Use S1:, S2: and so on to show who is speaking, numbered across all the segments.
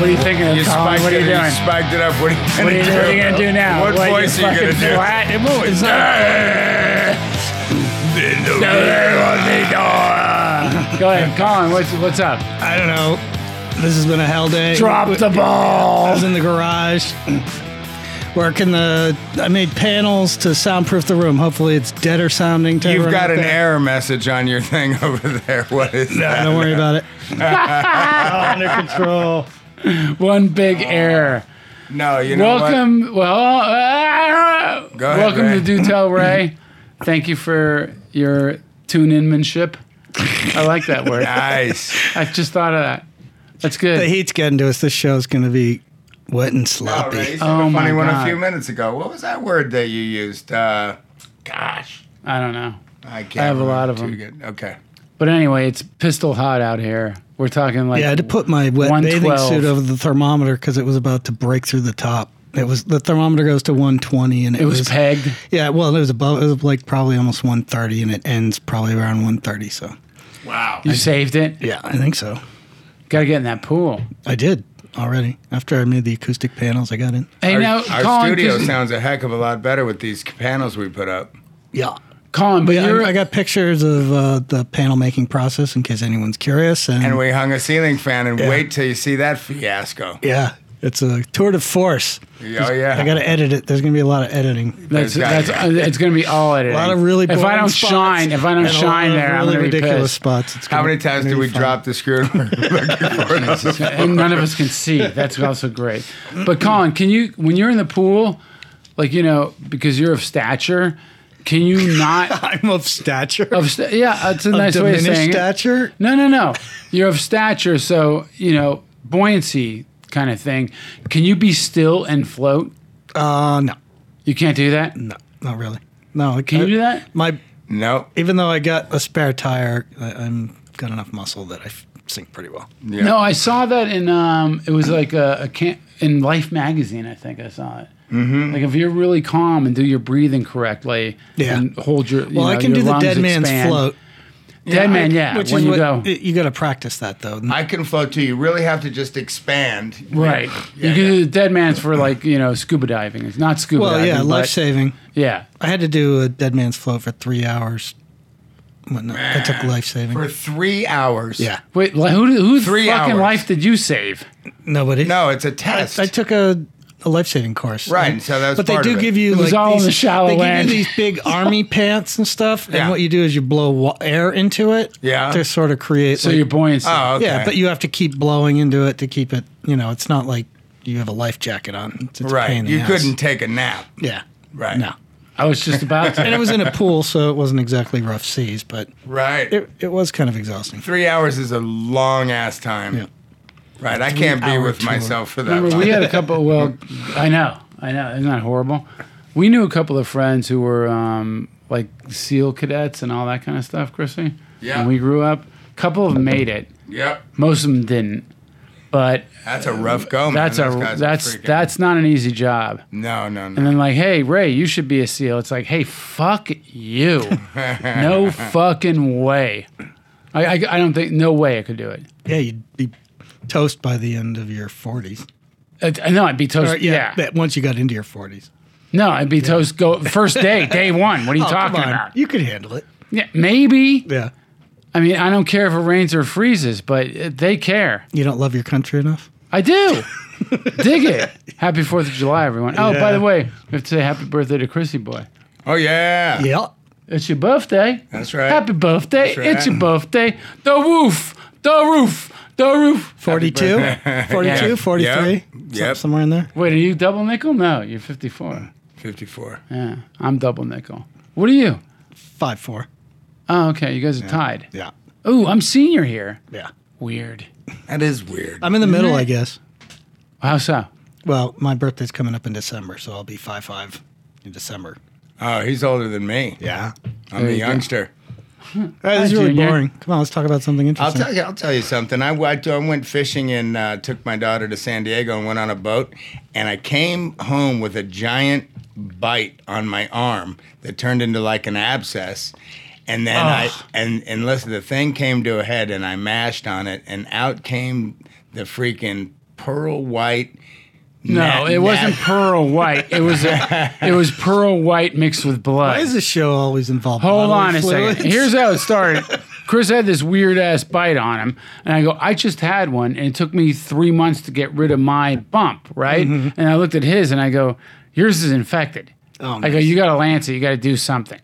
S1: what are you thinking of,
S2: You
S1: Colin?
S2: spiked
S1: What are
S2: it.
S1: you doing?
S2: You spiked it up. What are you
S1: What are
S2: gonna
S1: you,
S2: do?
S1: what are you gonna do now?
S2: What, voice are you gonna
S1: fucking
S2: do?
S1: Flat? It moves. It's like, go ahead, Colin. What's what's up?
S3: I don't know. This has been a hell day.
S1: Drop the
S3: I
S1: ball.
S3: was in the garage working the. I made panels to soundproof the room. Hopefully, it's deader sounding. To
S2: You've
S3: everyone
S2: got
S3: out
S2: an
S3: there.
S2: error message on your thing over there. What is that?
S3: Don't worry about it. All under control.
S1: One big error.
S2: No, you know what?
S1: welcome. Well, uh,
S2: Go ahead,
S1: welcome
S2: Ray.
S1: to Do Tell Ray. Thank you for your tune inmanship. I like that word.
S2: Nice.
S1: I just thought of that. That's
S3: The
S1: good.
S3: heat's getting to us. This show's going to be wet and sloppy.
S2: Already said
S1: Oh
S2: a
S1: my
S2: funny one a
S1: God.
S2: few minutes ago. What was that word that you used? Uh, gosh,
S1: I don't know.
S2: I can't.
S1: have a lot of
S2: remember. Too good. Okay.
S1: But anyway, it's pistol hot out here. We're talking like
S3: yeah, I had to put my wet bathing
S1: 112.
S3: suit over the thermometer because it was about to break through the top. It was the thermometer goes to 120 and it,
S1: it was pegged.
S3: yeah well it was above it was like probably almost 130 and it ends probably around 130 so
S2: Wow.
S1: You saved it.
S3: yeah I think so
S1: Got to get in that pool.
S3: I did already after I made the acoustic panels I got in
S1: Hey,
S2: Our,
S1: now,
S2: our
S1: Colin,
S2: studio
S1: 'cause-
S2: sounds a heck of a lot better with these panels we put up.
S3: yeah
S1: Colin, but
S3: But
S1: you're,
S3: I, I got pictures of uh, the panel making process in case anyone's curious. And,
S2: And we hung a ceiling fan and
S3: Mm. Yeah.
S2: wait till you see that fiasco.
S3: yeah, it's a tour de force.
S2: Oh yeah.
S3: I got to edit it. There's going to be a lot of editing.
S1: that's,
S2: there's gotta
S1: that's, uh, it's going to be all editing.
S3: A lot of really
S1: If I
S3: boring
S1: don't
S3: spots
S1: shine, if I don't
S3: and a lot
S1: shine
S3: of
S1: there, I'm
S3: really
S1: going to be
S3: ridiculous
S1: pissed.
S3: spots. It's
S2: How
S3: gonna-
S2: many times
S3: it's
S2: did
S3: gonna
S2: we
S3: be fun.
S2: drop the screw? and we're looking for another one?
S1: and none of us can see. That's also great. But Colin, can you when you're in the pool, like you know, because you're of stature, can you not?
S3: I'm of stature.
S1: of sta- yeah, that's a
S3: Of
S1: nice way of
S3: diminished
S1: saying it.
S3: stature.
S1: No, no, no. You're of stature, so you know buoyancy kind of thing. Can you be still and float?
S3: Uh, no,
S1: You can't do that.
S3: no, not really. No, I
S1: Can you
S3: can't-
S1: do that?
S3: My
S2: Nope.
S3: even though I got a spare tire, I, I'm got enough muscle that I f- sink pretty well.
S2: Yeah.
S1: No, I saw that in um, it was like a, a can- in Life magazine. I think I saw it. Mm-hmm. Like if you're really calm and do your breathing correctly,
S3: Yeah.
S1: and hold your you
S3: Well, I
S1: know,
S3: can
S1: your
S3: do the
S1: lungs
S3: dead man's
S1: expand.
S3: float.
S1: Dead man, yeah.
S3: Which
S1: when
S3: is
S1: you
S3: what,
S1: go,
S3: you got to practice that though.
S2: I can float too. You really have to just expand.
S1: right?
S2: Yeah,
S1: you can
S2: yeah.
S1: do the dead man's for like you know scuba diving. It's not scuba
S3: Well,
S1: diving.
S3: yeah,
S1: but-
S3: life saving.
S1: Yeah,
S3: I had to do a dead man's float for three hours. Well, no, I took life saving.
S2: For three hours.
S3: Yeah,
S1: wait, li- who whose
S2: Three
S1: fucking
S2: hours.
S1: life did you save?
S3: nobody.
S2: No, it's a test.
S3: I took a, a life saving course.
S2: Right, so that was
S3: But
S2: part
S3: they do
S2: of it.
S3: give you
S1: It was
S3: like
S1: all in
S3: these,
S1: the shallow
S3: They
S1: end.
S3: give you these big army pants and stuff,
S2: Yeah.
S3: and what you do is you blow wa- air into it.
S2: Yeah.
S3: to sort of create.
S1: So
S3: like-
S1: your buoyancy.
S2: oh, okay.
S3: yeah, but you have to keep blowing into it to keep it. You know, it's not like you have a life jacket on. It's, it's a pain
S2: right.
S3: in the
S2: You
S3: ass.
S2: couldn't take a nap.
S3: Yeah.
S2: Right.
S3: No.
S1: I was just about
S3: And
S1: to.
S3: it was in a pool, so it wasn't exactly rough seas, but
S2: Right.
S3: it, it was kind of exhausting.
S2: three hours is a long ass time.
S3: Yeah.
S2: Right. I can't be
S3: Three-hour
S2: with
S3: tour.
S2: myself for that.
S1: Remember,
S2: long.
S1: we had a couple. Well, I know, I know. Isn't that horrible? We knew a couple of friends who were um, like SEAL cadets and all that kind of stuff, Chrissy.
S2: Yeah.
S1: When we grew up, a couple of them made it.
S2: yep.
S1: Most of them didn't. But
S2: That's a rough go, man.
S1: that's
S2: Those
S1: a
S2: guys are
S1: that's
S2: freaking-
S1: that's not an easy job.
S2: No, no,
S1: And
S2: no.
S1: then like, hey Ray, you should be a SEAL. It's like, hey, fuck you. no fucking way. I, I I don't think no way I could do it.
S3: Yeah, you'd be toast by the end of your 40s.
S1: I, no, I'd be toast.
S3: Or,
S1: yeah.
S3: but Once you got into your 40s.
S1: No, I'd be toast. Go first day, day one. What are you
S3: Oh, come
S1: talking
S3: on.
S1: about?
S3: You could handle it.
S1: Yeah, maybe.
S3: Yeah.
S1: I mean, I don't care if it rains or freezes, but uh, they care.
S3: You don't love your country enough?
S1: I do. Dig it. Happy Fourth of July, everyone. Oh, by
S3: Yeah.
S1: the way, we have to say happy birthday to Chrissy boy.
S2: Oh yeah.
S3: Yeah.
S1: It's your birthday.
S2: That's right.
S1: Happy birthday.
S2: That's right.
S1: It's your birthday. The roof. The roof. The roof.
S3: 42? 42, 43?
S2: Yep. Yep.
S3: Somewhere in there.
S1: Wait, are you double nickel? No, you're 54.
S2: Fifty-four.
S1: Yeah, I'm double nickel. What are you?
S3: 5 4.
S1: Oh, okay. You guys are tied.
S3: Yeah.
S1: Oh, I'm senior here.
S3: Yeah.
S1: Weird.
S2: That is weird.
S3: I'm in the middle, I guess.
S1: How so?
S3: Well, my birthday's coming up in December, so I'll be 5 5 in December.
S2: Oh, he's older than me.
S3: Yeah.
S2: I'm a
S1: you go.
S2: youngster.
S3: All right, this is
S1: Hi,
S3: really
S1: Junior.
S3: boring. Come on, let's talk about something
S2: I'll
S3: interesting.
S2: tell you. I'll tell you something. I, I, I went fishing and uh, took my daughter to San Diego and went on a boat, and I came home with a giant bite on my arm that turned into like an abscess, and then I and and listen, the thing came to a head, and I mashed on it, and out came the freaking pearl white.
S1: No,
S2: nat-
S1: it wasn't
S2: nat-
S1: pearl white. It was a, it was pearl white mixed with blood.
S3: Why is this show always involved?
S1: Hold
S3: bodily
S1: on a
S3: fluids?
S1: second. Here's how it started. Chris had this weird ass bite on him, and I go, I just had one, and it took me three months to get rid of my bump, right? And I looked at his, and I go, yours is infected.
S3: Mm-hmm. Oh,
S1: I go,
S3: nice.
S1: you got to lance it. You got to do something.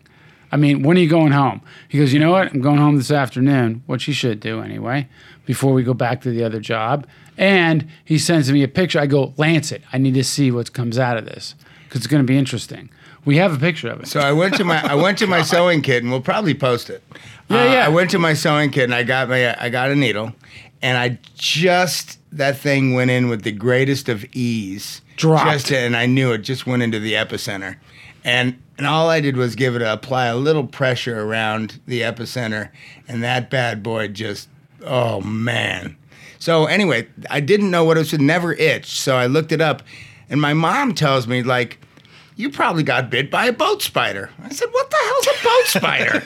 S1: I mean, when are you going home? He goes, you know what? I'm going home this afternoon, which he should do anyway, before we go back to the other job. And he sends me a picture. I go, lance it. I need to see what comes out of this because it's going to be interesting. We have a picture of it.
S2: So I went to my I went to my sewing kit, and we'll probably post it. Uh,
S1: Yeah, yeah.
S2: I went to my sewing kit, and I got my I got a needle, and I just that thing went in with the greatest of ease.
S1: Dropped.
S2: Just and I knew it just went into the epicenter, and and all I did was give it a, apply a little pressure around the epicenter, and that bad boy just oh man. So anyway, I didn't know what it was. It never itched, so I looked it up, and my mom tells me like you probably got bit by a boat spider. I said, what the hell's a boat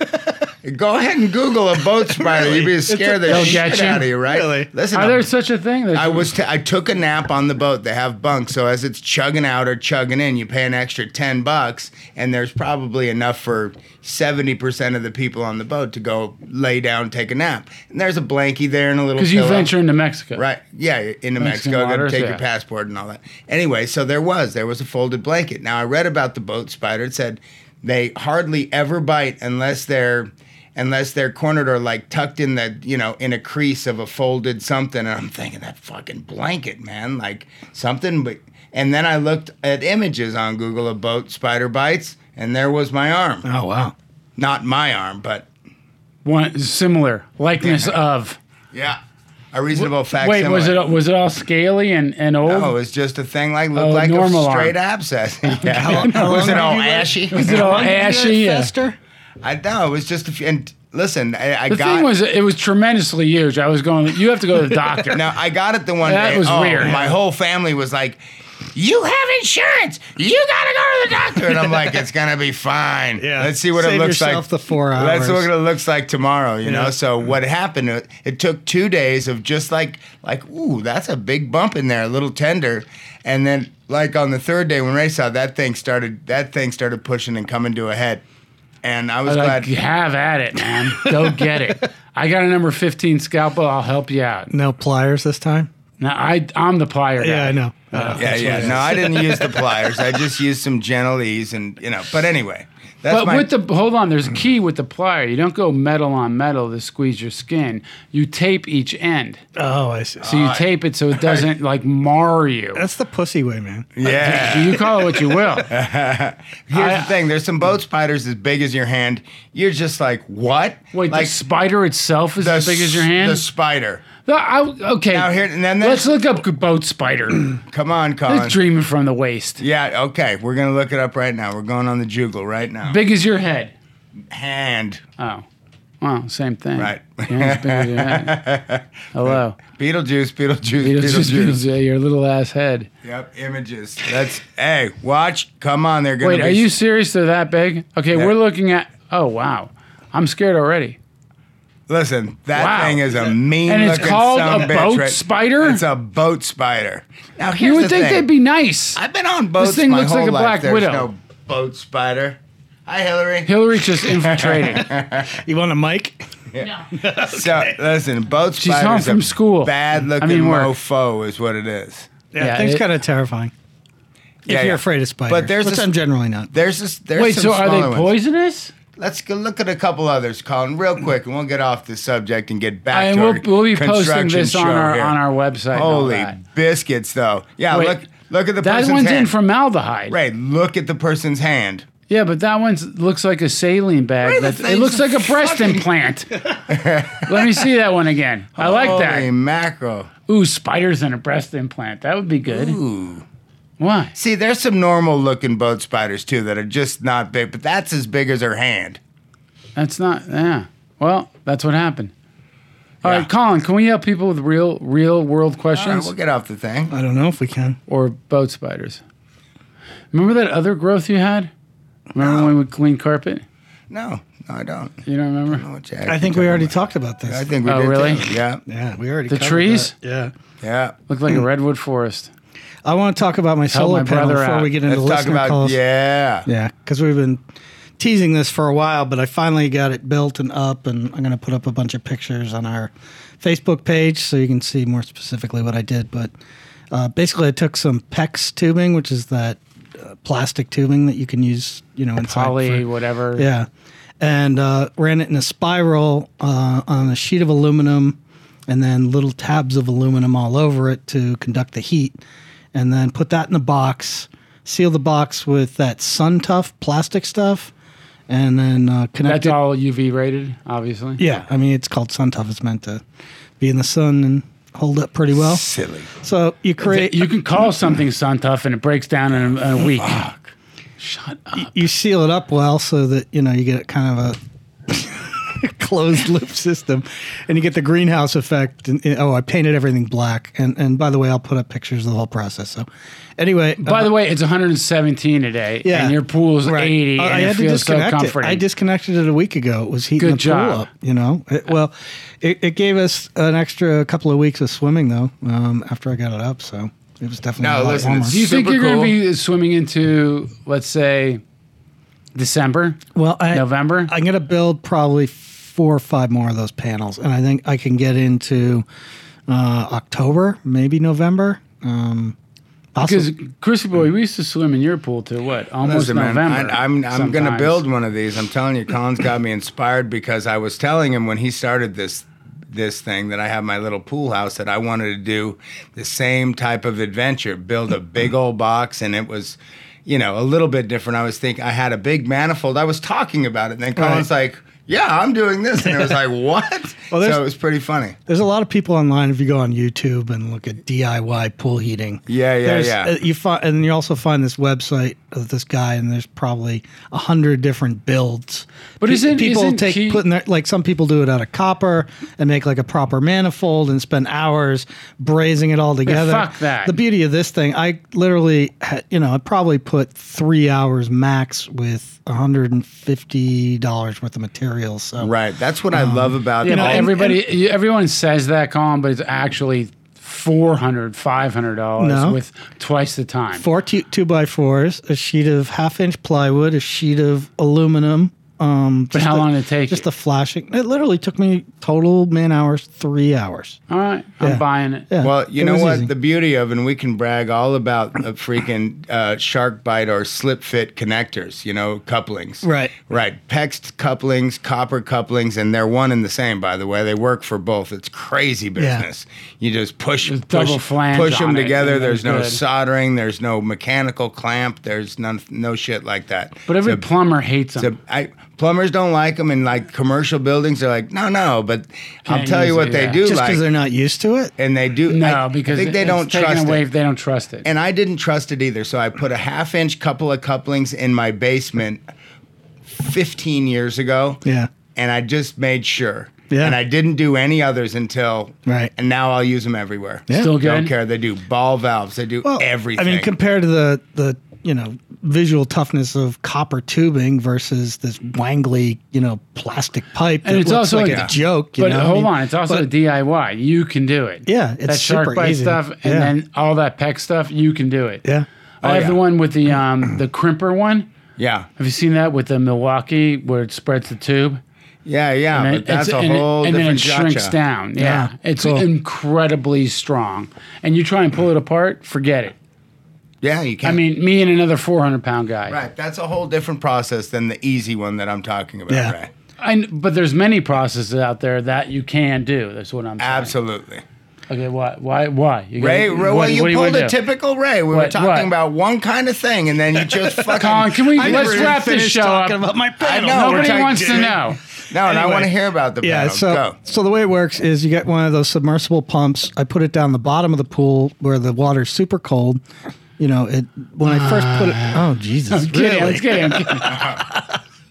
S2: spider? Go ahead and Google a boat spider. You'd be scared the
S1: They'll
S2: shit
S1: get you.
S2: out of you, right?
S3: Really?
S2: Listen,
S1: Are
S2: I'm-
S1: there such a thing? There's-
S2: I was t- I took a nap on the boat. They have bunks, so as it's chugging out or chugging in, you pay an extra ten bucks, and there's probably enough for seventy percent of the people on the boat to go lay down, take a nap. And there's a blankie there and a little.
S1: Because you
S2: pillow.
S1: venture into Mexico.
S2: uh, Right. Yeah, into Mexico,
S1: waters,
S2: gotta take
S1: yeah.
S2: your passport and all that. Anyway, so there was there was a folded blanket. Now I read about the boat spider. It said they hardly ever bite unless they're unless they're cornered or like tucked in the you know in a crease of a folded something. And I'm thinking that fucking blanket, man, like something. But and then I looked at images on Google of boat spider bites, and there was my arm.
S3: Oh wow.
S2: Not my arm, but
S1: One similar likeness of.
S2: yeah, a reasonable fact.
S1: Wait, was it was it all scaly and and old?
S2: Oh, it was just a thing like looked
S1: Oh,
S2: like a
S1: normal arm.
S2: straight abscess. yeah.
S3: How- how
S2: was
S3: long
S2: it
S3: did
S2: all
S3: you wait?
S2: ashy?
S1: was it all ashy? Yeah.
S3: Fester?
S2: I know it was just a few. And listen, I, I
S1: The
S2: got
S1: thing was, it was tremendously huge. I was going. You have to go to the doctor.
S2: now I got it the one
S1: That
S2: day.
S1: was
S2: oh,
S1: weird.
S2: My whole family was like, "You have insurance. You gotta go to the doctor." And I'm like, "It's gonna be fine.
S3: Yeah.
S2: Let's see what
S3: Save
S2: it looks
S3: yourself
S2: like.
S3: the four
S2: Let's see
S3: hours.
S2: what it looks like tomorrow. You
S3: Yeah.
S2: know. So what happened? It, it took two days of just like like, ooh, that's a big bump in there, a little tender, and then like on the third day when Ray saw that thing started, that thing started pushing and coming to a head. And I was
S1: I was
S2: glad.
S1: like, have at it, man. Go get it. I got a number fifteen scalpel. I'll help you out.
S3: No pliers this time.
S1: Now I I'm the plier.
S3: Yeah,
S1: guy.
S3: Uh, I know.
S2: Yeah, yeah. No, I didn't use the pliers. I just used some gentle ease and you know. But anyway, that's
S1: But
S2: my.
S1: with the hold on, there's a key with the plier. You don't go metal on metal to squeeze your skin. You tape each end,
S3: oh, I see.
S1: so you tape it so it doesn't like mar you.
S3: That's the pussy way, man.
S2: yeah.
S1: You call it what you will.
S2: Here's
S1: I-
S2: the thing. There's some boat spiders as big as your hand. You're just like, what?
S1: Wait,
S2: like
S1: the spider itself is as big as your
S2: s-
S1: hand?
S2: The spider.
S1: No, I- okay.
S2: Now here and then.
S1: Let's
S2: There's,
S1: look up boat spider.
S2: come on, Colin.
S1: it's dreaming from the waist.
S2: yeah. Okay. We're gonna look it up right now. We're going on the Jugal right now.
S1: Big as your head.
S2: hand.
S1: Oh. Well, same thing.
S2: Right.
S1: Yeah, it's big as your head. Hello.
S2: Beetlejuice. Beetlejuice.
S1: Beetlejuice,
S2: Beetlejuice.
S1: Beetlejuice, uh, your little ass head.
S2: Yep. Images. That's. hey, watch. Come on. They're gonna.
S1: Wait,
S2: be
S1: are you serious? They're that big? Okay,
S2: Yeah.
S1: we're looking at. Oh, wow. I'm scared already.
S2: Listen, that
S1: Wow.
S2: thing is a mean
S1: And it's
S2: looking
S1: called
S2: son of
S1: a
S2: bitch,
S1: boat
S2: right?
S1: spider?
S2: It's a boat spider. Now here's
S1: You would
S2: the
S1: think
S2: thing.
S1: they'd be nice.
S2: I've been on boats
S1: thing
S2: my
S1: looks
S2: whole
S1: like a
S2: life.
S1: black
S2: There's
S1: widow.
S2: no boat spider. Hi, Hillary.
S1: Hillary just infiltrated.
S3: You want a mic?
S2: So listen, boat
S1: She's
S2: spider
S1: home
S2: is
S1: from
S2: a
S1: school.
S2: Bad looking
S1: I mean, work.
S2: mofo is what it is.
S3: Yeah,
S1: Yeah,
S3: thing's
S1: it-
S3: kind of terrifying. If
S2: Yeah,
S3: you're
S2: yeah.
S3: afraid of spiders,
S2: But there's
S3: which
S2: a-
S3: I'm generally not.
S2: There's this. There's
S1: Wait,
S2: some
S1: so are
S2: smaller
S1: they
S2: ones.
S1: poisonous?
S2: Let's go look at a couple others, Colin, real quick, and we'll get off the subject and get back
S1: And
S2: to
S1: we'll,
S2: our
S1: we'll be posting
S2: construction
S1: this on
S2: show
S1: our
S2: here.
S1: on our website. and all
S2: Holy
S1: that.
S2: biscuits, though. Yeah,
S1: Wait,
S2: look look at the
S1: That
S2: person's
S1: one's in
S2: hand.
S1: formaldehyde.
S2: Right, look at the person's hand.
S1: Yeah, but that one looks like a saline bag.
S2: Right, the
S1: That, it looks like
S2: thing's
S1: a breast
S2: fucking-
S1: implant. Let me see that one again. I like
S2: Holy
S1: that.
S2: mackerel.
S1: Ooh, spiders and a breast implant. That would be good.
S2: Ooh.
S1: Why?
S2: See, there's some normal looking boat spiders too that are just not big, but that's as big as her hand.
S1: That's not. Yeah. Well, that's what happened. All right,
S2: Yeah.
S1: Colin. Can we help people with real, real world
S2: All right,
S1: questions
S2: we'll get off the thing.
S3: I don't know if we can.
S1: or boat spiders? Remember that other growth you had? Remember when we would clean carpet?
S2: No, No, I don't.
S1: You don't remember?
S2: Oh, Jack,
S3: I think
S2: you're
S3: we already
S2: talking
S3: talked about this.
S2: about- I think we
S1: Oh,
S2: did
S1: really?
S2: too. Yeah,
S3: yeah, we already
S1: The
S3: covered
S1: trees?
S3: that. Yeah,
S2: yeah.
S1: Looked like a redwood forest.
S3: I want to talk about my
S1: my
S3: solar panel
S1: brother
S3: before
S1: out.
S3: we get into
S2: Let's talk
S3: listener
S2: about
S3: calls.
S2: yeah.
S3: Yeah, because we've been teasing this for a while, but I finally got it built and up, and I'm going to put up a bunch of pictures on our Facebook page so you can see more specifically what I did. But uh, basically, I took some PEX tubing, which is that uh, plastic tubing that you can use, you know, inside.
S1: Poly,
S3: for-
S1: whatever.
S3: yeah, and uh, ran it in a spiral uh, on a sheet of aluminum, and then little tabs of aluminum all over it to conduct the heat, and then put that in the box, seal the box with that Sun Tough plastic stuff, and then uh, connect
S1: That's
S3: it.
S1: all UV rated, obviously.
S3: yeah, I mean it's called Sun Tough. It's meant to be in the sun and hold up pretty well.
S2: Silly.
S3: So you create
S1: You can call something sun tough and it breaks down in a, in a week.
S3: you seal it up well so that you know you get kind of a closed loop system and you get the greenhouse effect and, and- oh i painted everything black and and by the way i'll put up pictures of the whole process so anyway uh,
S1: By the way, it's 117 today,
S3: yeah,
S1: and your pool's
S3: right.
S1: 80,
S3: I-
S1: and
S3: I
S1: it
S3: had to
S1: feels so
S3: disconnect it.
S1: comforting.
S3: I disconnected it a week ago. It was heating
S1: Good
S3: the
S1: job.
S3: pool up. You know, It- well, it, it gave us an extra couple of weeks of swimming though. Um, after I got it up, so it was definitely
S2: No,
S3: a lot
S2: listen,
S3: warmer.
S2: it's-
S1: Do you think
S2: Super
S1: you're
S2: cool.
S1: going to be swimming into, let's say, December?
S3: Well, I,
S1: November?
S3: I'm going to build probably four or five more of those panels, and I think I can get into uh, October, maybe November. Um,
S1: Because
S3: possibly.
S1: Chrissy boy, we used to swim in your pool too. What almost
S2: Listen, man,
S1: November?
S2: I, I'm I'm going to
S1: sometimes.
S2: build one of these. I'm telling you, Colin's got me inspired because I was telling him when he started this this thing that I have my little pool house that I wanted to do the same type of adventure, build a big old box, and it was. You know, a little bit different. I was thinking I had a big manifold. I was talking about it, and then Colin's like, "Yeah, I'm doing this," and it was like, "What?"
S3: Well, there's-
S2: so it was pretty funny.
S3: There's a lot of people online. If you go on YouTube and look at DIY pool heating,
S2: Yeah, yeah,
S3: There's-
S2: yeah.
S3: uh, you find, and you also find this website of this guy, and there's probably a hundred different builds.
S1: But
S3: Pe-
S1: isn't-
S3: people
S1: isn't
S3: take
S1: he-
S3: putting their like some people do it out of copper and make like a proper manifold and spend hours brazing it all together.
S1: fuck that.
S3: The beauty of this thing, I literally, ha- you know, I probably put three hours max with hundred and fifty dollars worth of materials. So
S2: Right. That's what I love about
S1: You know,
S2: all-
S1: everybody, you- everyone says that, Colin, but it's actually 400 500 dollars
S3: No.
S1: with twice the time.
S3: four two, two by fours, a sheet of half inch plywood, a sheet of aluminum. Um, but
S1: how long did it take
S3: Just
S1: you?
S3: the flashing. It literally took me total man hours, three hours.
S1: All right, I'm buying it.
S3: Yeah,
S2: Well, you
S3: it
S2: know
S3: was
S2: what?
S3: easy.
S2: The beauty of, and we can brag all about the freaking uh, shark bite or slip fit connectors, you know, couplings.
S3: Right.
S2: Right. Pex couplings, copper couplings, and they're one and the same, by the way. They work for both. It's crazy business. You just push,
S1: Just
S2: push,
S1: double flange
S2: push them
S1: on it,
S2: together.
S1: and
S2: There's
S1: they're
S2: no
S1: good.
S2: soldering, there's no mechanical clamp, there's none, no shit like that.
S1: But every
S2: It's a-
S1: plumber hates them.
S2: the- I, plumbers don't like them, and like commercial buildings, they're like, no, no. But I'll
S1: Can't
S2: tell you
S1: use
S2: what
S1: it,
S2: they
S1: yeah.
S2: do
S3: just
S2: like
S3: because they're not used to it.
S2: and they do.
S1: no,
S2: I- I
S1: because
S2: think they
S1: it's
S2: don't
S1: taken
S2: trust
S1: away.
S2: it.
S1: They don't trust it.
S2: And I didn't trust it either, so I put a half inch couple of couplings in my basement 15 years ago.
S3: Yeah.
S2: And I just made sure.
S3: Yeah.
S2: And I didn't do any others until
S3: Right.
S2: And now I'll use them everywhere.
S3: Yeah.
S1: Still
S2: Don't
S1: good.
S2: care. They do ball valves. They do everything.
S3: I mean, compared to the the you know visual toughness of copper tubing versus this wangly you know plastic pipe.
S1: And
S3: that
S1: it's
S3: looks
S1: also
S3: like
S1: a-
S3: a joke. You
S1: But
S3: know? I
S1: hold
S3: mean,
S1: on, it's also a DIY. You can do it.
S3: Yeah, it's
S1: that shark
S3: super
S1: bite
S3: easy.
S1: stuff, and
S3: Yeah.
S1: then all that peck stuff. You can do it.
S3: yeah.
S1: I have
S2: Oh, yeah.
S1: the one with the um the crimper one.
S2: yeah.
S1: Have you seen that with the Milwaukee where it spreads the tube?
S2: Yeah, yeah.
S1: And
S2: but
S1: it-
S2: that's
S1: it's-
S2: a
S1: and it-
S2: whole
S1: and
S2: different
S1: then it shrinks
S2: cha-cha.
S1: down. Yeah,
S3: Yeah,
S1: it's
S3: cool.
S1: incredibly strong. And you try and pull it apart, forget it.
S2: Yeah, you can
S1: I mean, me and another 400 pound guy.
S2: Right. That's a whole different process than the easy one that I'm talking about,
S3: Yeah.
S2: right?
S1: I kn- but there's many processes out there that you can do. That's what I'm saying.
S2: Absolutely.
S1: Okay, why? Why? Why? You
S2: Ray,
S1: gotta-
S2: Ray well, you
S1: do
S2: pulled
S1: wanna do?
S2: a typical Ray. We were
S1: What-
S2: talking
S1: what?
S2: about one kind of thing, and then you just fucking.
S1: Colin, can we-
S2: I
S1: let's
S2: never
S1: wrap this
S2: finished
S1: show
S2: talking
S1: up.
S2: about-
S3: About my
S2: I
S3: panel.
S2: know.
S3: No,
S2: we're
S1: Nobody
S2: trying-
S1: wants to know.
S2: No, and I
S3: Anyway.
S2: want to hear about the
S3: Yeah,
S2: panel.
S3: so
S2: Go.
S3: so the way it works is you get one of those submersible pumps. I put it down the bottom of the pool where the water's super cold. You know, it when I first put it. Oh Jesus!
S1: I'm kidding, I'm kidding, I'm kidding.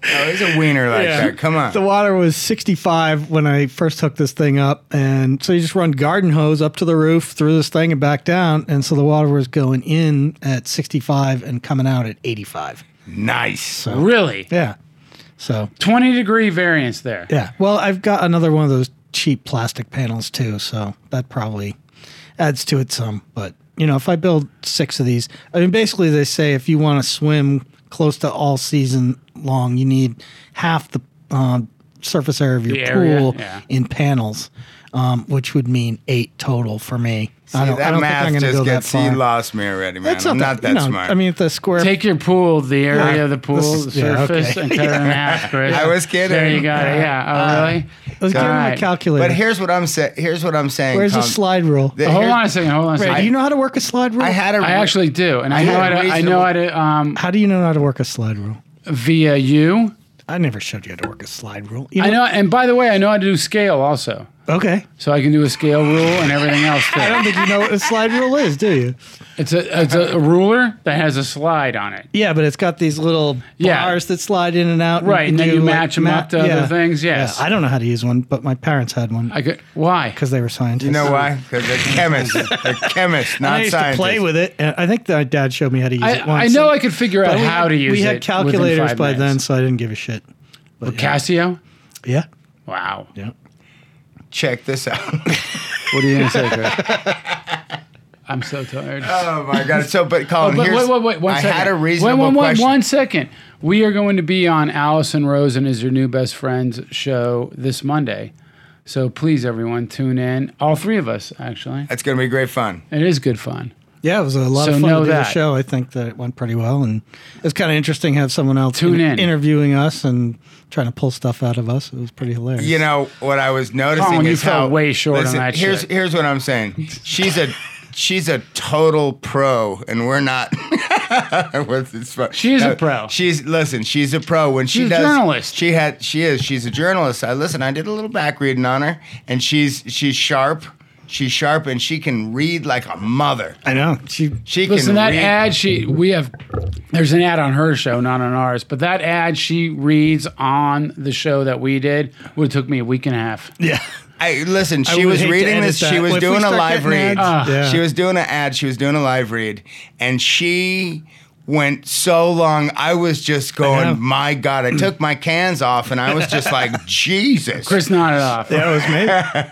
S2: Oh, he's a wiener like that. Come on.
S3: The water was 65 when I first hooked this thing up. And so you just run garden hose up to the roof, through this thing, and back down. And so the water was going in at 65 and coming out at 85.
S2: nice.
S1: Really?
S3: Yeah. So
S1: 20 degree variance there.
S3: yeah. Well, I've got another one of those cheap plastic panels too, so that probably adds to it some. But you know, if I build six of these, I mean, basically they say if you want to swim close to all season long, you need half the um, surface area of your
S1: The
S3: pool
S1: area, yeah.
S3: in panels, um, which would mean eight total for me.
S2: See, that math
S3: gonna
S2: just
S3: go that
S2: gets he
S3: far.
S2: lost me already, man.
S3: That's
S2: I'm not that
S3: you know,
S2: smart.
S3: I mean, if the square
S1: Take your pool, the area of the pool,
S3: this
S1: the
S3: is- yeah, okay.
S1: surface, and cut it in half, Chris.
S2: I was kidding.
S1: There you got it. Yeah. Oh, really?
S3: I was getting
S1: All
S3: my
S1: right.
S3: calculator.
S2: but here's what I'm saying. Here's what I'm saying.
S3: Where's the
S2: Colin.
S3: slide rule? Oh,
S2: The-
S1: Hold
S2: here's-
S1: on a second. Hold on a second.
S3: do you know how to work a slide rule?
S2: I had a.
S1: I actually do, and I,
S2: I
S1: know
S2: had
S1: how to. I know how to um,
S3: How do you know how to work a slide rule?
S1: via you.
S3: I never showed you how to work a slide rule. You
S1: I know, and by the way, I know how to do scale also,
S3: Okay.
S1: so I can do a scale rule and everything else
S3: I don't
S1: too.
S3: think you know what a slide rule is, do you?
S1: It's a it's a ruler that has a slide on it,
S3: Yeah, but it's got these little
S1: Yeah.
S3: bars that slide in and out.
S1: right? And then you
S3: do, like,
S1: match them
S3: ma-
S1: up to other
S3: yeah.
S1: things.
S3: Yeah,
S1: Yes,
S3: I don't know how to use one, but my parents had one
S1: I could. Why?
S3: because they were scientists.
S2: You know why? Because they're chemists. they're chemists,
S3: And I
S2: not
S3: used
S2: scientists.
S3: to play with it, and I think that my dad showed me how to use
S1: I,
S3: it once.
S1: I know
S3: and-
S1: I could figure
S3: but
S1: out
S3: we
S1: how
S3: had-
S1: to use it.
S3: We had
S1: within
S3: calculators
S1: five
S3: by then,
S1: minutes.
S3: so I didn't give a shit. But yeah.
S1: Casio.
S3: yeah,
S1: Wow.
S3: yeah.
S2: Check this out.
S1: What are you gonna say, Chris? I'm so tired. Oh,
S2: oh my god. So, but Colin,
S1: But
S2: here's,
S1: wait, wait, wait, one
S2: I
S1: second.
S2: had a reasonable
S1: Wait, one- one-
S2: question.
S1: one second. We are going to be on Allison Rosen is your new best friend's show this Monday. So please, everyone, tune in. All three of us, actually.
S2: That's gonna be great fun.
S1: It is good fun.
S3: Yeah, it was a lot
S1: So
S3: of fun
S1: know
S3: to do the
S1: that.
S3: show. I think that it went pretty well, and it's kind of interesting to have someone else
S1: Tune in.
S3: interviewing us and trying to pull stuff out of us. It was pretty hilarious.
S2: You know what I was noticing
S1: Colin, you
S2: is
S1: fell
S2: how
S1: way short on
S2: listen,
S1: that
S2: Here's
S1: shit.
S2: here's what I'm saying. She's a she's a total pro, and we're not. What's this pro-
S1: She is a pro.
S2: She's listen. She's a pro. When she
S1: She's a
S2: does,
S1: journalist.
S2: She had she is. She's a journalist. I listen. I did a little back reading on her, and she's she's sharp. She's sharp, and she can read like a mother.
S3: I know. She
S2: She
S1: Listen,
S2: can
S1: that
S2: read.
S1: ad she we have there's an ad on her show, not on ours, but that ad she reads on the show that we did would have took me a week and a half.
S3: yeah.
S2: I listen. She
S3: would
S2: was
S3: hate to
S2: reading
S3: edit
S2: this.
S3: that.
S2: She was
S3: If we
S2: doing a
S3: start
S2: live
S3: getting
S2: read.
S3: ads, Ah. yeah.
S2: She was doing an ad. She was doing a live read, and she went so long. I was just
S3: know.
S2: going, my God! I took my cans off, and I was just like, Jesus.
S1: Chris nodded off.
S3: That was